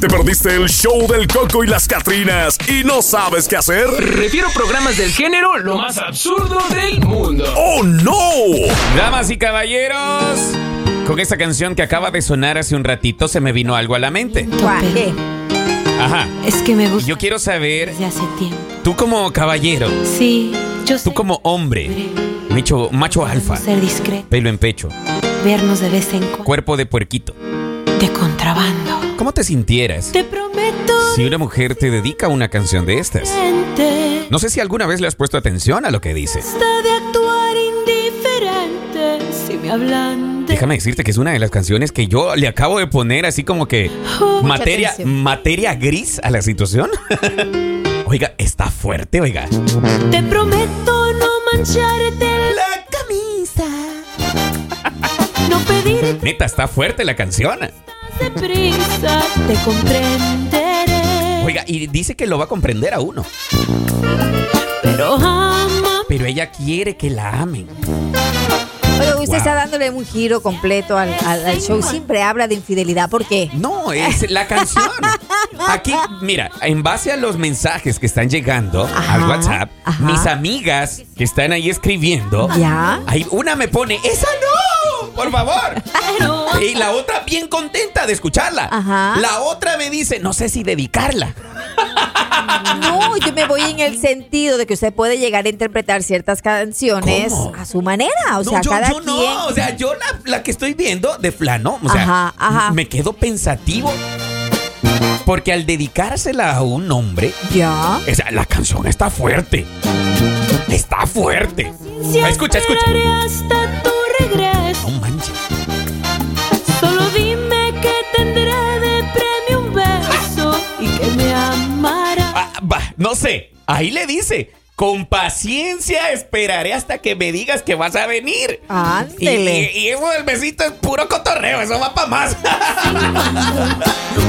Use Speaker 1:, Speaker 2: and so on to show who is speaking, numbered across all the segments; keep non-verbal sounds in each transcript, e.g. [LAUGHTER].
Speaker 1: ¿Te perdiste el show del Coco y las Catrinas y no sabes qué hacer?
Speaker 2: Refiero programas del género lo más absurdo del mundo.
Speaker 1: ¡Oh, no!
Speaker 3: Damas y caballeros, con esta canción que acaba de sonar hace un ratito se me vino algo a la mente.
Speaker 4: Guaje.
Speaker 3: Ajá.
Speaker 4: Es que me
Speaker 3: Y
Speaker 4: gusta
Speaker 3: yo quiero saber,
Speaker 4: desde hace tiempo.
Speaker 3: tú como caballero,
Speaker 4: Sí, yo sé
Speaker 3: tú como hombre, macho, macho alfa,
Speaker 4: ser discreto,
Speaker 3: pelo en pecho,
Speaker 4: vernos de vez en cuando
Speaker 3: cuerpo de puerquito,
Speaker 4: de contrabando.
Speaker 3: ¿cómo te sintieras
Speaker 4: Te prometo
Speaker 3: si una mujer te dedica una canción de estas?
Speaker 4: gente
Speaker 3: No sé si alguna vez le has puesto atención a lo que dice.
Speaker 4: está de actuar indiferente si me hablan de
Speaker 3: Déjame decirte que es una de las canciones que yo le acabo de poner así como que
Speaker 4: Mucha
Speaker 3: materia,
Speaker 4: atención.
Speaker 3: materia gris a la situación. [LAUGHS] oiga, está fuerte, oiga.
Speaker 4: Te prometo no mancharte la camisa. No pedirte
Speaker 3: Neta, está fuerte la canción.
Speaker 4: de prisa, te comprenderé.
Speaker 3: Oiga, y dice que lo va a comprender a uno.
Speaker 4: Pero ama
Speaker 3: Pero ella quiere que la amen.
Speaker 5: Oye, usted
Speaker 3: Wow.
Speaker 5: está dándole un giro completo al, al- al show. Siempre habla de infidelidad. ¿Por qué?
Speaker 3: No, es la canción. Aquí, mira, en base a los mensajes que están llegando
Speaker 5: Ajá,
Speaker 3: al WhatsApp,
Speaker 5: ajá.
Speaker 3: mis amigas que están ahí escribiendo,
Speaker 5: Ya.
Speaker 3: ahí una me pone, ¡esa no! ¡Por favor! Y la otra bien contenta de escucharla.
Speaker 5: Ajá.
Speaker 3: La otra me dice, no sé si dedicarla. Mm.
Speaker 5: No, yo me voy en el sentido de que usted puede llegar a interpretar ciertas canciones
Speaker 3: ¿Cómo?
Speaker 5: a su manera. O
Speaker 3: No,
Speaker 5: sea,
Speaker 3: yo,
Speaker 5: cada
Speaker 3: yo
Speaker 5: quien.
Speaker 3: no, o sea, yo la, la que estoy viendo de plano, o sea,
Speaker 5: Ajá, ajá.
Speaker 3: me quedo pensativo. Porque al dedicársela a un hombre,
Speaker 5: Ya.
Speaker 3: o sea, la canción está fuerte. Está fuerte. Escucha, escucha.
Speaker 4: esperaré hasta tu regreso.
Speaker 3: No manches.
Speaker 4: Solo dime que tendré de premio un beso y que me amarás.
Speaker 3: Ah, bah, no sé, ahí le dice. Con paciencia esperaré hasta que me digas que vas a venir. Y,
Speaker 5: Ah, Ándele.
Speaker 3: y- y eso del besito es puro cotorreo, eso va para más. [LAUGHS]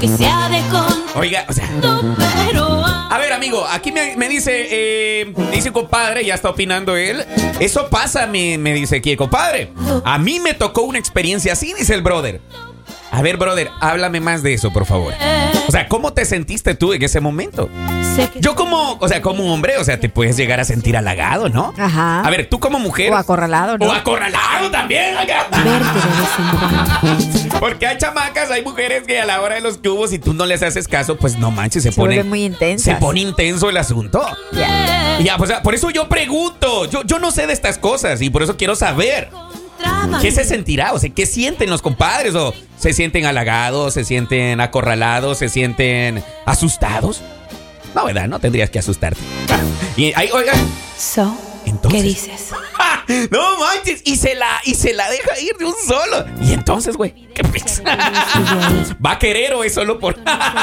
Speaker 4: Que sea de conto,
Speaker 3: Oiga, o sea,
Speaker 4: pero ama.
Speaker 3: A ver, amigo, aquí me, me dice, eh, dice compadre, ya está opinando él. Eso pasa, me, me dice aquí, compadre. A mí me tocó una experiencia así, dice el brother. A ver, brother, háblame más de eso, por favor. O sea, ¿cómo te sentiste tú en ese momento?
Speaker 4: Sé que
Speaker 3: Yo como, o sea, como hombre, o sea, te puedes llegar a sentir halagado, ¿no?
Speaker 5: Ajá.
Speaker 3: A ver, tú como mujer.
Speaker 5: O acorralado, ¿no?
Speaker 3: O acorralado también. acá.
Speaker 4: verte de vez en cuando.
Speaker 3: Porque hay chamacas, hay mujeres que a la hora de los cubos, si tú no les haces caso, pues no manches, se,
Speaker 5: Se
Speaker 3: pone.
Speaker 5: vuelven muy intensas.
Speaker 3: Se pone intenso el asunto.
Speaker 4: Ya.
Speaker 3: Ya, pues ah, por eso yo pregunto. Yo, yo no sé de estas cosas y por eso quiero saber.
Speaker 4: Traba.
Speaker 3: ¿Qué se sentirá? O sea, ¿qué sienten los compadres? ¿O se sienten halagados? ¿Se sienten acorralados? ¿Se sienten asustados? No, ¿verdad? No tendrías que asustarte. [LAUGHS] Ah, y ahí, oiga. [LAUGHS]
Speaker 4: So,
Speaker 3: Entonces.
Speaker 4: ¿Qué dices?
Speaker 3: ¡ja! No manches. Y se la, y se la deja ir de un solo. Y entonces, güey. ¿Qué pix? [LAUGHS] ¿Va a querer o es solo por.?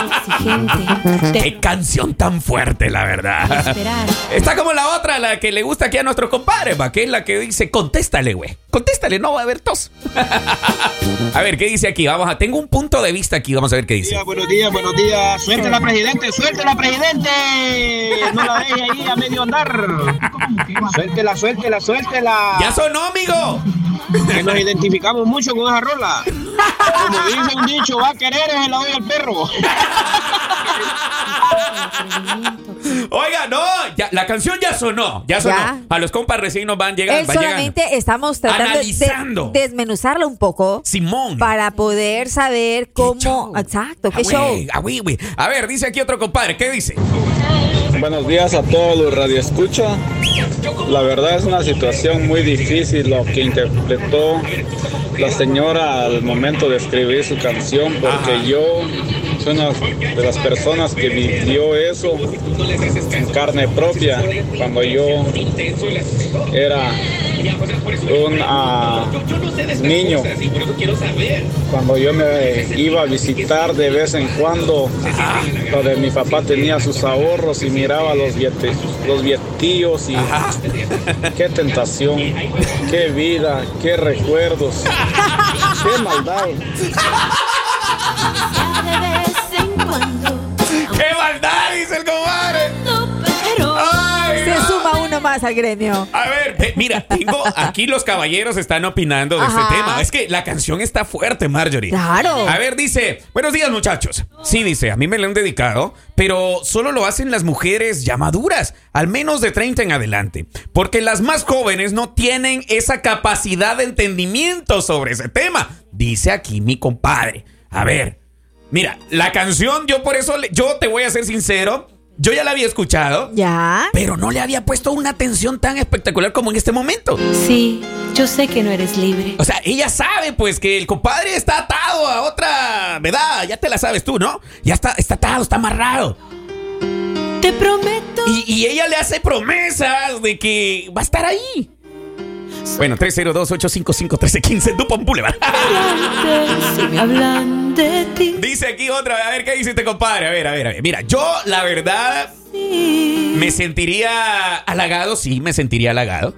Speaker 3: [LAUGHS]
Speaker 4: Exigente. Te
Speaker 3: ¡Qué canción tan fuerte, la verdad!
Speaker 4: esperar.
Speaker 3: Está como la otra, la que le gusta aquí a nuestros compadres, va, que es la que dice, contéstale, güey. Contéstale, no va a haber tos. [LAUGHS] a ver, ¿qué dice aquí? Vamos a, tengo un punto de vista aquí, vamos a ver qué dice.
Speaker 6: Buenos días, buenos días. Suéltela, presidente, suéltela, presidente. No la deje ahí a medio andar. Suéltela, suéltela, suéltela.
Speaker 3: ¡Ya sonó, amigo! [LAUGHS]
Speaker 6: Que nos identificamos mucho con esa rola. Como dice un dicho, va a querer, es el odio al perro.
Speaker 3: Oiga, no, ya- la canción ya sonó, ya sonó.
Speaker 5: Ya.
Speaker 3: A los compas recién nos van llegando,
Speaker 5: Él
Speaker 3: van llegando.
Speaker 5: solamente estamos tratando de-
Speaker 3: Analizando.
Speaker 5: de desmenuzarlo un poco
Speaker 3: Simón.
Speaker 5: para poder saber
Speaker 3: ¿Qué
Speaker 5: cómo.
Speaker 3: show?
Speaker 5: Exacto,
Speaker 3: Ah,
Speaker 5: qué show.
Speaker 3: güey, ah, güey, güey. A ver, dice aquí otro compadre, ¿qué dice?
Speaker 7: Buenos días a todos los radioescucha. La verdad es una situación muy difícil lo que interpretó la señora al momento de escribir su canción, porque
Speaker 3: Ajá.
Speaker 7: yo soy una de las personas que vivió eso en carne propia cuando yo era un ah, niño. Cuando yo me iba a visitar de vez en cuando, donde mi papá tenía sus ahorros y miraba los, billete- los billetillos y qué tentación, qué vida, qué recuerdos, qué maldad.
Speaker 4: De vez en cuando.
Speaker 3: ¡Qué maldad! Dice el compadre.
Speaker 4: No, pero.
Speaker 3: ¡Ay,
Speaker 5: Se
Speaker 3: no!
Speaker 5: suma uno más. más al gremio.
Speaker 3: A ver, eh, mira, tengo aquí los caballeros están opinando de
Speaker 5: Ajá.
Speaker 3: este tema. Es que la canción está fuerte, Marjorie.
Speaker 5: Claro.
Speaker 3: A ver, dice, buenos días muchachos. Sí, dice, a mí me lo han dedicado, pero solo lo hacen las mujeres ya maduras, al menos de 30 en adelante, porque las más jóvenes no tienen esa capacidad de entendimiento sobre ese tema, dice aquí mi compadre. A ver, mira, la canción, yo por eso, le- yo te voy a ser sincero, yo ya la había escuchado.
Speaker 5: ¿Ya?
Speaker 3: Pero no le había puesto una atención tan espectacular como en este momento.
Speaker 4: Sí, yo sé que no eres libre.
Speaker 3: O sea, ella sabe pues que el compadre está atado a otra ¿verdad? ya te la sabes tú, ¿no? Ya está, está atado, está amarrado. [LAUGHS]
Speaker 4: Te prometo.
Speaker 3: Y, y ella le hace promesas de que va a estar ahí. Bueno, 302-855-1315, Dupont Boulevard. [LAUGHS]
Speaker 4: Antes, si me hablan de ti.
Speaker 3: Dice aquí otra, a ver qué dice este compadre. A ver, a ver, a ver. Mira, yo la verdad me sentiría halagado, sí, me sentiría halagado.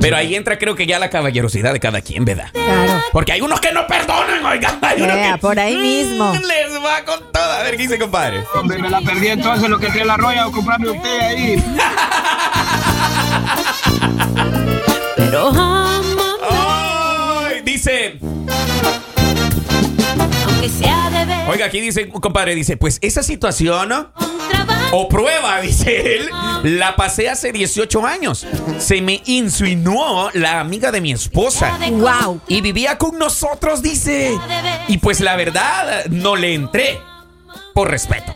Speaker 3: Pero ahí entra creo que ya la caballerosidad de cada quien, ¿verdad?
Speaker 5: Claro.
Speaker 3: Porque hay unos que no perdonan, oigan. Hay unos
Speaker 5: Vea,
Speaker 3: que [LAUGHS] Mm,
Speaker 5: por ahí mismo.
Speaker 3: les va con todo. A ver, ¿qué dice, compadre?
Speaker 6: Hombre, me la perdí entonces lo que tiene la roya o comprarme un té ahí.
Speaker 4: Pero ámame,
Speaker 3: Ay, Dice,
Speaker 4: aunque sea de ver
Speaker 3: oiga, aquí dice, compadre, dice, pues esa situación ¿no?
Speaker 4: un trabajo.
Speaker 3: o prueba, [LAUGHS] dice él, la pasé hace 18 años. Se me insinuó la amiga de mi esposa.
Speaker 4: de
Speaker 5: Wow.
Speaker 3: Y vivía con nosotros, dice. Y pues la verdad, no le entré. Por respeto.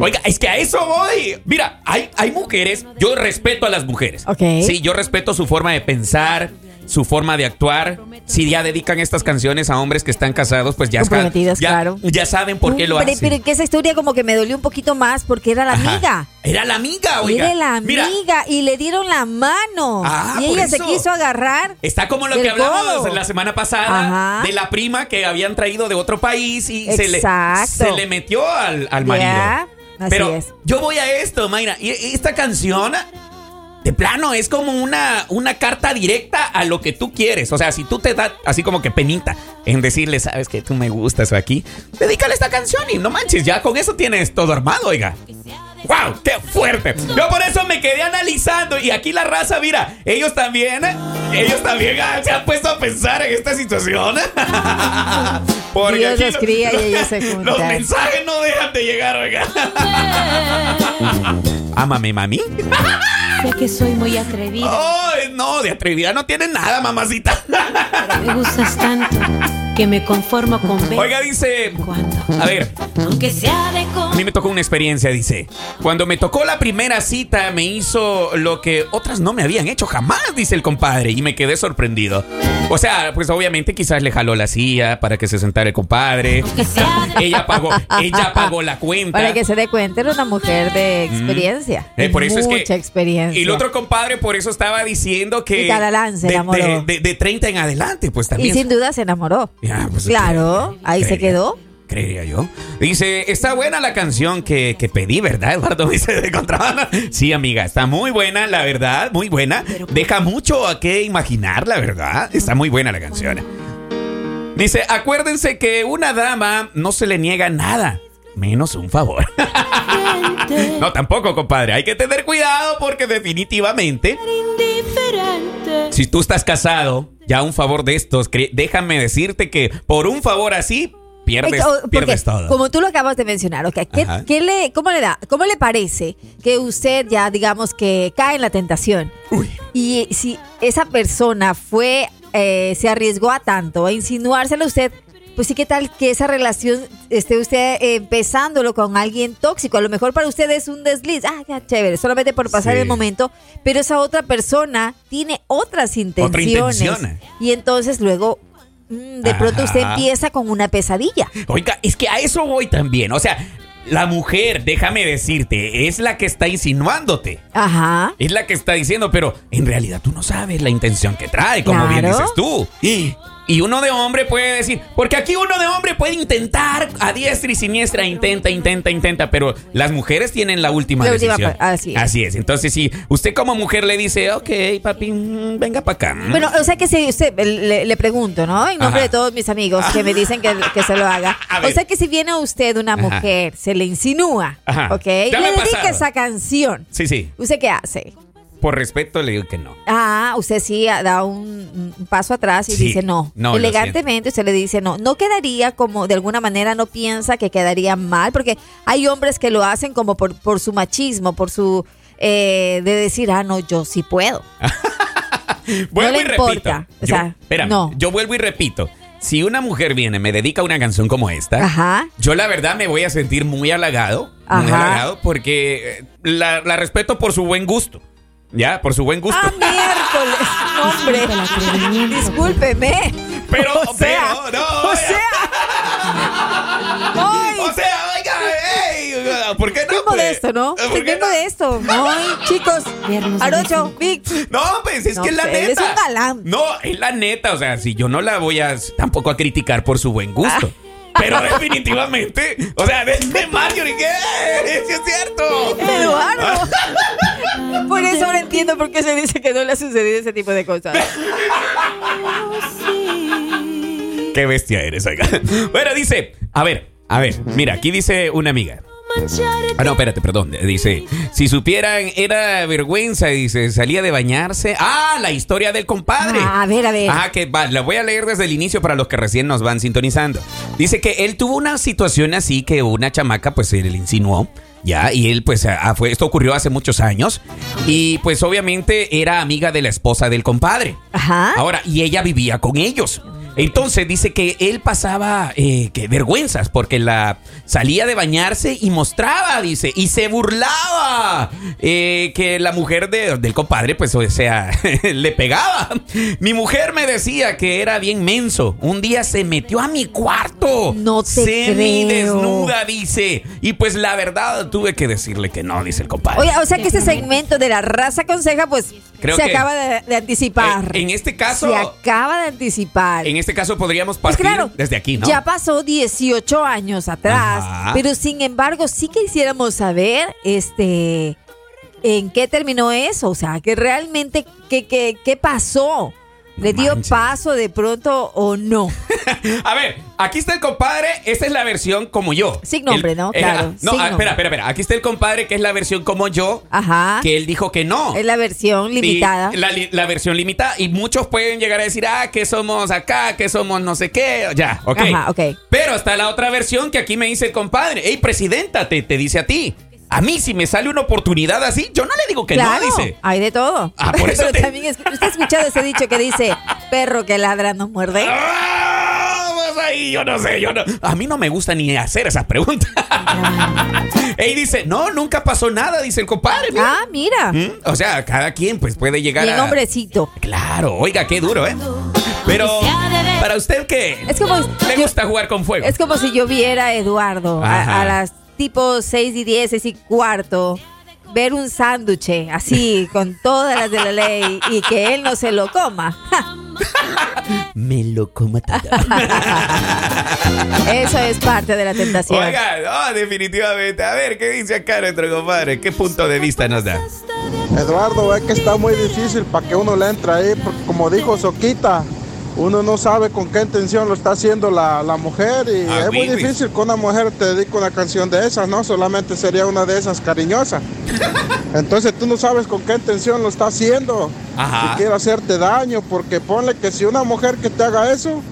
Speaker 3: Oiga, es que a eso voy. Mira, hay, hay mujeres. Yo respeto a las mujeres.
Speaker 5: Ok.
Speaker 3: Sí, yo respeto su forma de pensar, su forma de actuar. Si ya dedican estas canciones a hombres que están casados, pues ya, están-
Speaker 5: Comprometidas,
Speaker 3: ya-
Speaker 5: claro.
Speaker 3: ya saben por qué lo
Speaker 5: Pero-
Speaker 3: hacen.
Speaker 5: Pero que esa historia como que me dolió un poquito más porque era la
Speaker 3: Ajá.
Speaker 5: amiga.
Speaker 3: Era la amiga, oiga.
Speaker 5: Era la
Speaker 3: Mira,
Speaker 5: amiga y le dieron la mano.
Speaker 3: Ah,
Speaker 5: y
Speaker 3: por
Speaker 5: ella se
Speaker 3: eso.
Speaker 5: quiso agarrar.
Speaker 3: Está como lo
Speaker 5: del
Speaker 3: que hablamos
Speaker 5: codo.
Speaker 3: la semana pasada
Speaker 5: Ajá.
Speaker 3: de la prima que habían traído de otro país y se le,
Speaker 5: Exacto.
Speaker 3: se le metió al, al
Speaker 5: Ya,
Speaker 3: marido.
Speaker 5: así
Speaker 3: Pero
Speaker 5: es.
Speaker 3: yo voy a esto, Mayra. Y esta canción, de plano, es como una, una carta directa a lo que tú quieres. O sea, si tú te das así como que penita en decirle, sabes que tú me gustas o aquí, dedícale esta canción y no manches, ya con eso tienes todo armado, oiga. ¡Wow! ¡Qué fuerte! Yo por eso me quedé analizando y aquí la raza, mira, ellos también, eh, ellos también ah, se han puesto a pensar en esta situación. [LAUGHS] Porque
Speaker 5: Dios
Speaker 3: aquí
Speaker 5: los
Speaker 3: lo-
Speaker 5: cría y
Speaker 3: [LAUGHS]
Speaker 5: ellos se
Speaker 3: Los
Speaker 5: juntan.
Speaker 3: mensajes no dejan de llegar, oiga. Ámame, mami.
Speaker 4: Sé que soy muy atrevida.
Speaker 3: Ay, no, de atrevida no tiene nada, mamacita.
Speaker 4: Me gustas tanto que me conformo con ver
Speaker 3: Oiga, dice.
Speaker 4: cuando.
Speaker 3: A ver,
Speaker 4: Aunque sea de con.
Speaker 3: a mí me tocó una experiencia, dice. Cuando me tocó la primera cita, me hizo lo que otras no me habían hecho jamás, dice el compadre, y me quedé sorprendido. O sea, pues obviamente quizás le jaló la silla para que se sentara el compadre.
Speaker 4: Aunque sea de
Speaker 3: Ella pagó,
Speaker 5: [LAUGHS]
Speaker 3: ella pagó la cuenta.
Speaker 5: Para que se dé cuenta, era una mujer de experiencia.
Speaker 3: Mm. Eh, por eso es
Speaker 5: Mucha
Speaker 3: que-
Speaker 5: experiencia.
Speaker 3: Y el otro compadre por eso estaba diciendo que...
Speaker 5: Y cada lance,
Speaker 3: de,
Speaker 5: el amor.
Speaker 3: de- de- de 30 en adelante, pues
Speaker 5: Y
Speaker 3: también.
Speaker 5: sin duda se enamoró.
Speaker 3: Ya, pues,
Speaker 5: claro, ahí se
Speaker 3: creería-
Speaker 5: quedó.
Speaker 3: Creería yo. Dice, está buena la canción que, que pedí, ¿verdad, Eduardo? [LAUGHS] Dice de contrabando. Sí, amiga, está muy buena, la verdad, muy buena. Deja mucho a qué imaginar, la verdad. Está muy buena la canción. Dice, acuérdense que una dama no se le niega nada, menos un favor. [LAUGHS]
Speaker 4: gente
Speaker 3: No, tampoco, compadre. Hay que tener cuidado porque definitivamente...
Speaker 4: indiferente.
Speaker 3: Si tú estás casado, ya un favor de estos, cre- déjame decirte que por un favor así pierdes,
Speaker 5: Eh, o-
Speaker 3: pierdes
Speaker 5: porque,
Speaker 3: todo.
Speaker 5: Como tú lo acabas de mencionar, ok, ¿qué,
Speaker 3: Ajá.
Speaker 5: qué le, ¿cómo le da? ¿Cómo le parece que usted ya, digamos, que cae en la tentación?
Speaker 3: Uy.
Speaker 5: Y eh, si esa persona fue, eh, se arriesgó a tanto, a insinuárselo a usted, pues sí, ¿qué tal que esa relación esté usted eh, empezándolo con alguien tóxico? A lo mejor para usted es un desliz, ah, ya, chévere, solamente por pasar
Speaker 3: Sí.
Speaker 5: el momento, pero esa otra persona tiene otras intenciones.
Speaker 3: Otra intención.
Speaker 5: Y entonces luego, mm, de pronto usted
Speaker 3: Ajá.
Speaker 5: empieza con una pesadilla.
Speaker 3: Oiga, es que a eso voy también. O sea, la mujer, déjame decirte, es la que está insinuándote.
Speaker 5: Ajá.
Speaker 3: Es la que está diciendo, pero en realidad tú no sabes la intención que trae, como bien
Speaker 5: Claro.
Speaker 3: dices tú. Y, y uno de hombre puede decir, porque aquí uno de hombre puede intentar a diestra y siniestra, intenta, intenta, intenta, pero las mujeres tienen la última
Speaker 5: La última
Speaker 3: decisión.
Speaker 5: pa- así es.
Speaker 3: Entonces, si usted como mujer le dice, ok, papi, mm, venga para acá. mm".
Speaker 5: Bueno, o sea que si usted le, le pregunto, ¿no? En nombre
Speaker 3: Ajá.
Speaker 5: de todos mis amigos que me dicen que, que se lo haga.
Speaker 3: [LAUGHS] A ver.
Speaker 5: O sea que si viene a usted una
Speaker 3: Ajá.
Speaker 5: mujer, se le insinúa,
Speaker 3: Ajá.
Speaker 5: ¿ok?
Speaker 3: Ya
Speaker 5: le
Speaker 3: me ha
Speaker 5: dedica
Speaker 3: pasado.
Speaker 5: esa canción.
Speaker 3: Sí, sí.
Speaker 5: ¿Usted qué hace?
Speaker 3: por respeto le digo que no.
Speaker 5: Ah, usted sí da un un paso atrás y
Speaker 3: Sí.
Speaker 5: dice no.
Speaker 3: No, lo
Speaker 5: Elegantemente usted le dice no. No quedaría como, de alguna manera no piensa que quedaría mal, porque hay hombres que lo hacen como por, por su machismo, por su... eh, de decir, ah, no, yo sí puedo.
Speaker 3: Vuelvo
Speaker 5: le
Speaker 3: y
Speaker 5: importa,
Speaker 3: repito.
Speaker 5: o
Speaker 3: Yo-
Speaker 5: sea,
Speaker 3: espérame,
Speaker 5: no.
Speaker 3: yo vuelvo y repito. Si una mujer viene, me dedica una canción como esta,
Speaker 5: Ajá.
Speaker 3: yo la verdad me voy a sentir muy halagado. Muy
Speaker 5: Ajá.
Speaker 3: halagado porque eh, la, la respeto por su buen gusto. Ya, por su buen gusto.
Speaker 5: Ah, miércoles, hombre. Discúlpeme.
Speaker 3: Pero,
Speaker 5: O sea,
Speaker 3: pero, no,
Speaker 5: o
Speaker 3: oiga.
Speaker 5: sea. Ay,
Speaker 3: [LAUGHS] O sea, oiga, ey, ¿por qué no?
Speaker 5: bien modesto,
Speaker 3: pues?
Speaker 5: ¿no?
Speaker 3: ¿Por
Speaker 5: Es
Speaker 3: qué
Speaker 5: bien
Speaker 3: no?
Speaker 5: modesto. Ay, chicos. Arocho, Vic.
Speaker 3: No, pues es
Speaker 5: No
Speaker 3: que es la
Speaker 5: sé,
Speaker 3: neta.
Speaker 5: él es un galán.
Speaker 3: No, es la neta. O sea, si yo no la voy a tampoco a criticar por su buen gusto.
Speaker 5: Ah.
Speaker 3: Pero definitivamente, o sea, desde Mario, ¿y qué? Sí es cierto. [LAUGHS]
Speaker 5: Eduardo. Por eso ahora entiendo por qué se dice que no le ha sucedido ese tipo de cosas.
Speaker 3: Qué bestia eres, oiga. [LAUGHS] Bueno, dice, a ver, a ver, mira, aquí dice una amiga. Ah, no, espérate, perdón. Dice, si supieran, era vergüenza, dice, salía de bañarse. Ah, la historia del compadre.
Speaker 5: Ah, a ver, a ver.
Speaker 3: Ah, que va, la voy a leer desde el inicio para los que recién nos van sintonizando. Dice que él tuvo una situación así que una chamaca pues se le insinuó. Ya, y él pues ah, fue, esto ocurrió hace muchos años y pues obviamente era amiga de la esposa del compadre.
Speaker 5: Ajá.
Speaker 3: Ahora, y ella vivía con ellos. Entonces dice que él pasaba eh, que vergüenzas porque la salía de bañarse y mostraba, dice, y se burlaba eh, que la mujer de- del compadre, pues, o sea, [LAUGHS] le pegaba. Mi mujer me decía que era bien menso. Un día se metió a mi cuarto.
Speaker 5: No te
Speaker 3: desnuda, dice. Y pues la verdad tuve que decirle que no, dice el compadre. Eh,
Speaker 5: Oye, o sea que este segmento de la raza conseja, pues
Speaker 3: Creo
Speaker 5: se
Speaker 3: que-
Speaker 5: acaba de, de anticipar.
Speaker 3: Eh, en este caso-
Speaker 5: Se acaba de anticipar.
Speaker 3: en este caso podríamos
Speaker 5: Pues
Speaker 3: partir desde aquí, ¿no?
Speaker 5: Ya pasó 18 años atrás,
Speaker 3: Ajá.
Speaker 5: pero sin embargo sí quisiéramos saber, este, en qué terminó eso, o sea, que realmente qué qué, qué pasó, le dio
Speaker 3: manches.
Speaker 5: paso de pronto o no.
Speaker 3: A ver, aquí está el compadre, esta es la versión como yo.
Speaker 5: Sin nombre,
Speaker 3: El-
Speaker 5: ¿no?
Speaker 3: eh,
Speaker 5: Claro,
Speaker 3: No,
Speaker 5: sin
Speaker 3: ah,
Speaker 5: nombre.
Speaker 3: espera, espera, espera. Aquí está el compadre que es la versión como yo,
Speaker 5: Ajá.
Speaker 3: [LAUGHS] que él dijo que no.
Speaker 5: Es la versión
Speaker 3: Y
Speaker 5: limitada.
Speaker 3: La, li- la versión limitada. Y muchos pueden llegar a decir, ah, que somos acá, que somos no sé qué. Ya, ok.
Speaker 5: Ajá, ok.
Speaker 3: Pero está la otra versión que aquí me dice el compadre. Hey, presidenta, te, te dice a ti. A mí, si me sale una oportunidad así, yo no le digo que
Speaker 5: claro,
Speaker 3: no, dice.
Speaker 5: hay de todo.
Speaker 3: Ah,
Speaker 5: [LAUGHS]
Speaker 3: por eso
Speaker 5: Pero
Speaker 3: te-
Speaker 5: también es- usted ha escuchado ese dicho que dice, perro que ladra no muerde.
Speaker 3: Ah, pues ahí yo no sé, yo no. A mí no me gusta ni hacer esas preguntas. [LAUGHS] Ey, dice, no, nunca pasó nada, dice el compadre. mira.
Speaker 5: Ah, mira,
Speaker 3: Mm, O sea, cada quien pues puede llegar
Speaker 5: bien
Speaker 3: a...
Speaker 5: hombrecito.
Speaker 3: Claro, oiga, qué duro, ¿eh? Pero, ¿para usted qué?
Speaker 5: Es como
Speaker 3: ¿Le
Speaker 5: yo-
Speaker 3: gusta jugar con fuego?
Speaker 5: Es como si yo viera a Eduardo
Speaker 3: Ajá.
Speaker 5: a, a las tipo 6 y 10, 6 y cuarto, ver un sándwich así, con todas las de la ley, y que él no se lo coma.
Speaker 3: [LAUGHS] Me lo como tanto.
Speaker 5: [LAUGHS] Eso es parte de la tentación.
Speaker 3: Oiga, no, definitivamente. A ver, ¿qué dice acá nuestro compadre? ¿Qué punto de vista nos da?
Speaker 8: Eduardo, es que está muy difícil para que uno le entre ahí, porque como dijo Soquita, uno no sabe con qué intención lo está haciendo la, la mujer y
Speaker 3: Ah,
Speaker 8: es muy
Speaker 3: Willis.
Speaker 8: difícil que una mujer te dedique una canción de esas, ¿no? Solamente sería una de esas
Speaker 3: [LAUGHS]
Speaker 8: cariñosas. Entonces tú no sabes con qué intención lo está haciendo
Speaker 3: Ajá.
Speaker 8: y quiere hacerte daño, porque ponle que si una mujer que te haga eso,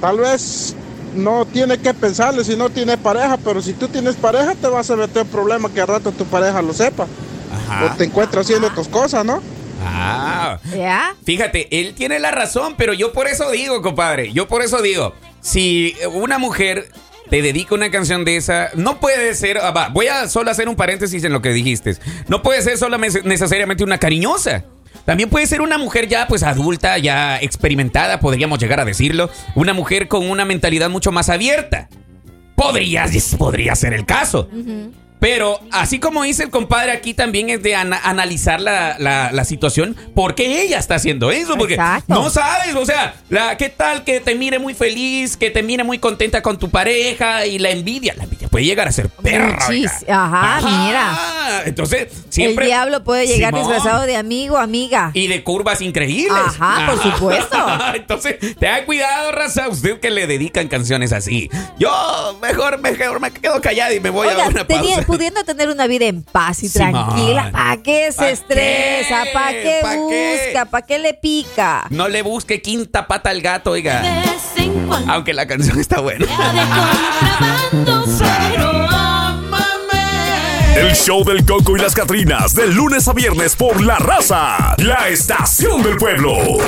Speaker 8: tal vez no tiene que pensarle si no tiene pareja, pero si tú tienes pareja te vas a meter en problemas que al rato tu pareja lo sepa o
Speaker 3: Ajá.
Speaker 8: te encuentras haciendo tus cosas, ¿no?
Speaker 3: Ah.
Speaker 5: ¿Ya?
Speaker 3: Fíjate, él tiene la razón, pero yo por eso digo, compadre, yo por eso digo, si una mujer te dedica una canción de esa, no puede ser, ah, va, voy a solo hacer un paréntesis en lo que dijiste, no puede ser solo necesariamente una cariñosa. También puede ser una mujer ya pues adulta, ya experimentada, podríamos llegar a decirlo, una mujer con una mentalidad mucho más abierta. Podría, podría ser el caso. Pero así como dice el compadre aquí también es de ana- analizar la, la- la situación, ¿por qué ella está haciendo eso? Porque
Speaker 5: Exacto.
Speaker 3: no sabes, o sea, la, ¿qué tal que te mire muy feliz, que te mire muy contenta con tu pareja y la envidia? La envidia puede llegar a ser perra.
Speaker 5: Muchis-
Speaker 3: oiga.
Speaker 5: ajá,
Speaker 3: Entonces, siempre.
Speaker 5: El diablo puede llegar
Speaker 3: Simón.
Speaker 5: disfrazado de amigo, amiga.
Speaker 3: Y de curvas increíbles. Ah.
Speaker 5: Ajá, por supuesto.
Speaker 3: [LAUGHS] Entonces, tenga cuidado, raza, usted que le dedican canciones así. Yo mejor, mejor me quedo callada y me voy a
Speaker 5: Oiga,
Speaker 3: una
Speaker 5: teni-
Speaker 3: pausa.
Speaker 5: pudiendo tener una vida en paz y
Speaker 3: Sí,
Speaker 5: tranquila,
Speaker 3: man.
Speaker 5: ¿para qué se
Speaker 3: ¿Pa' qué?
Speaker 5: estresa? ¿Para qué
Speaker 3: ¿Pa' qué?
Speaker 5: busca? ¿Para qué le pica?
Speaker 3: No le busque quinta pata al gato,
Speaker 4: De
Speaker 3: oiga.
Speaker 4: vez en cuando.
Speaker 3: Aunque la canción está buena.
Speaker 4: de contrabando, pero ámame.
Speaker 1: El show del Coco y las Catrinas, de lunes a viernes por La Raza, la estación del pueblo.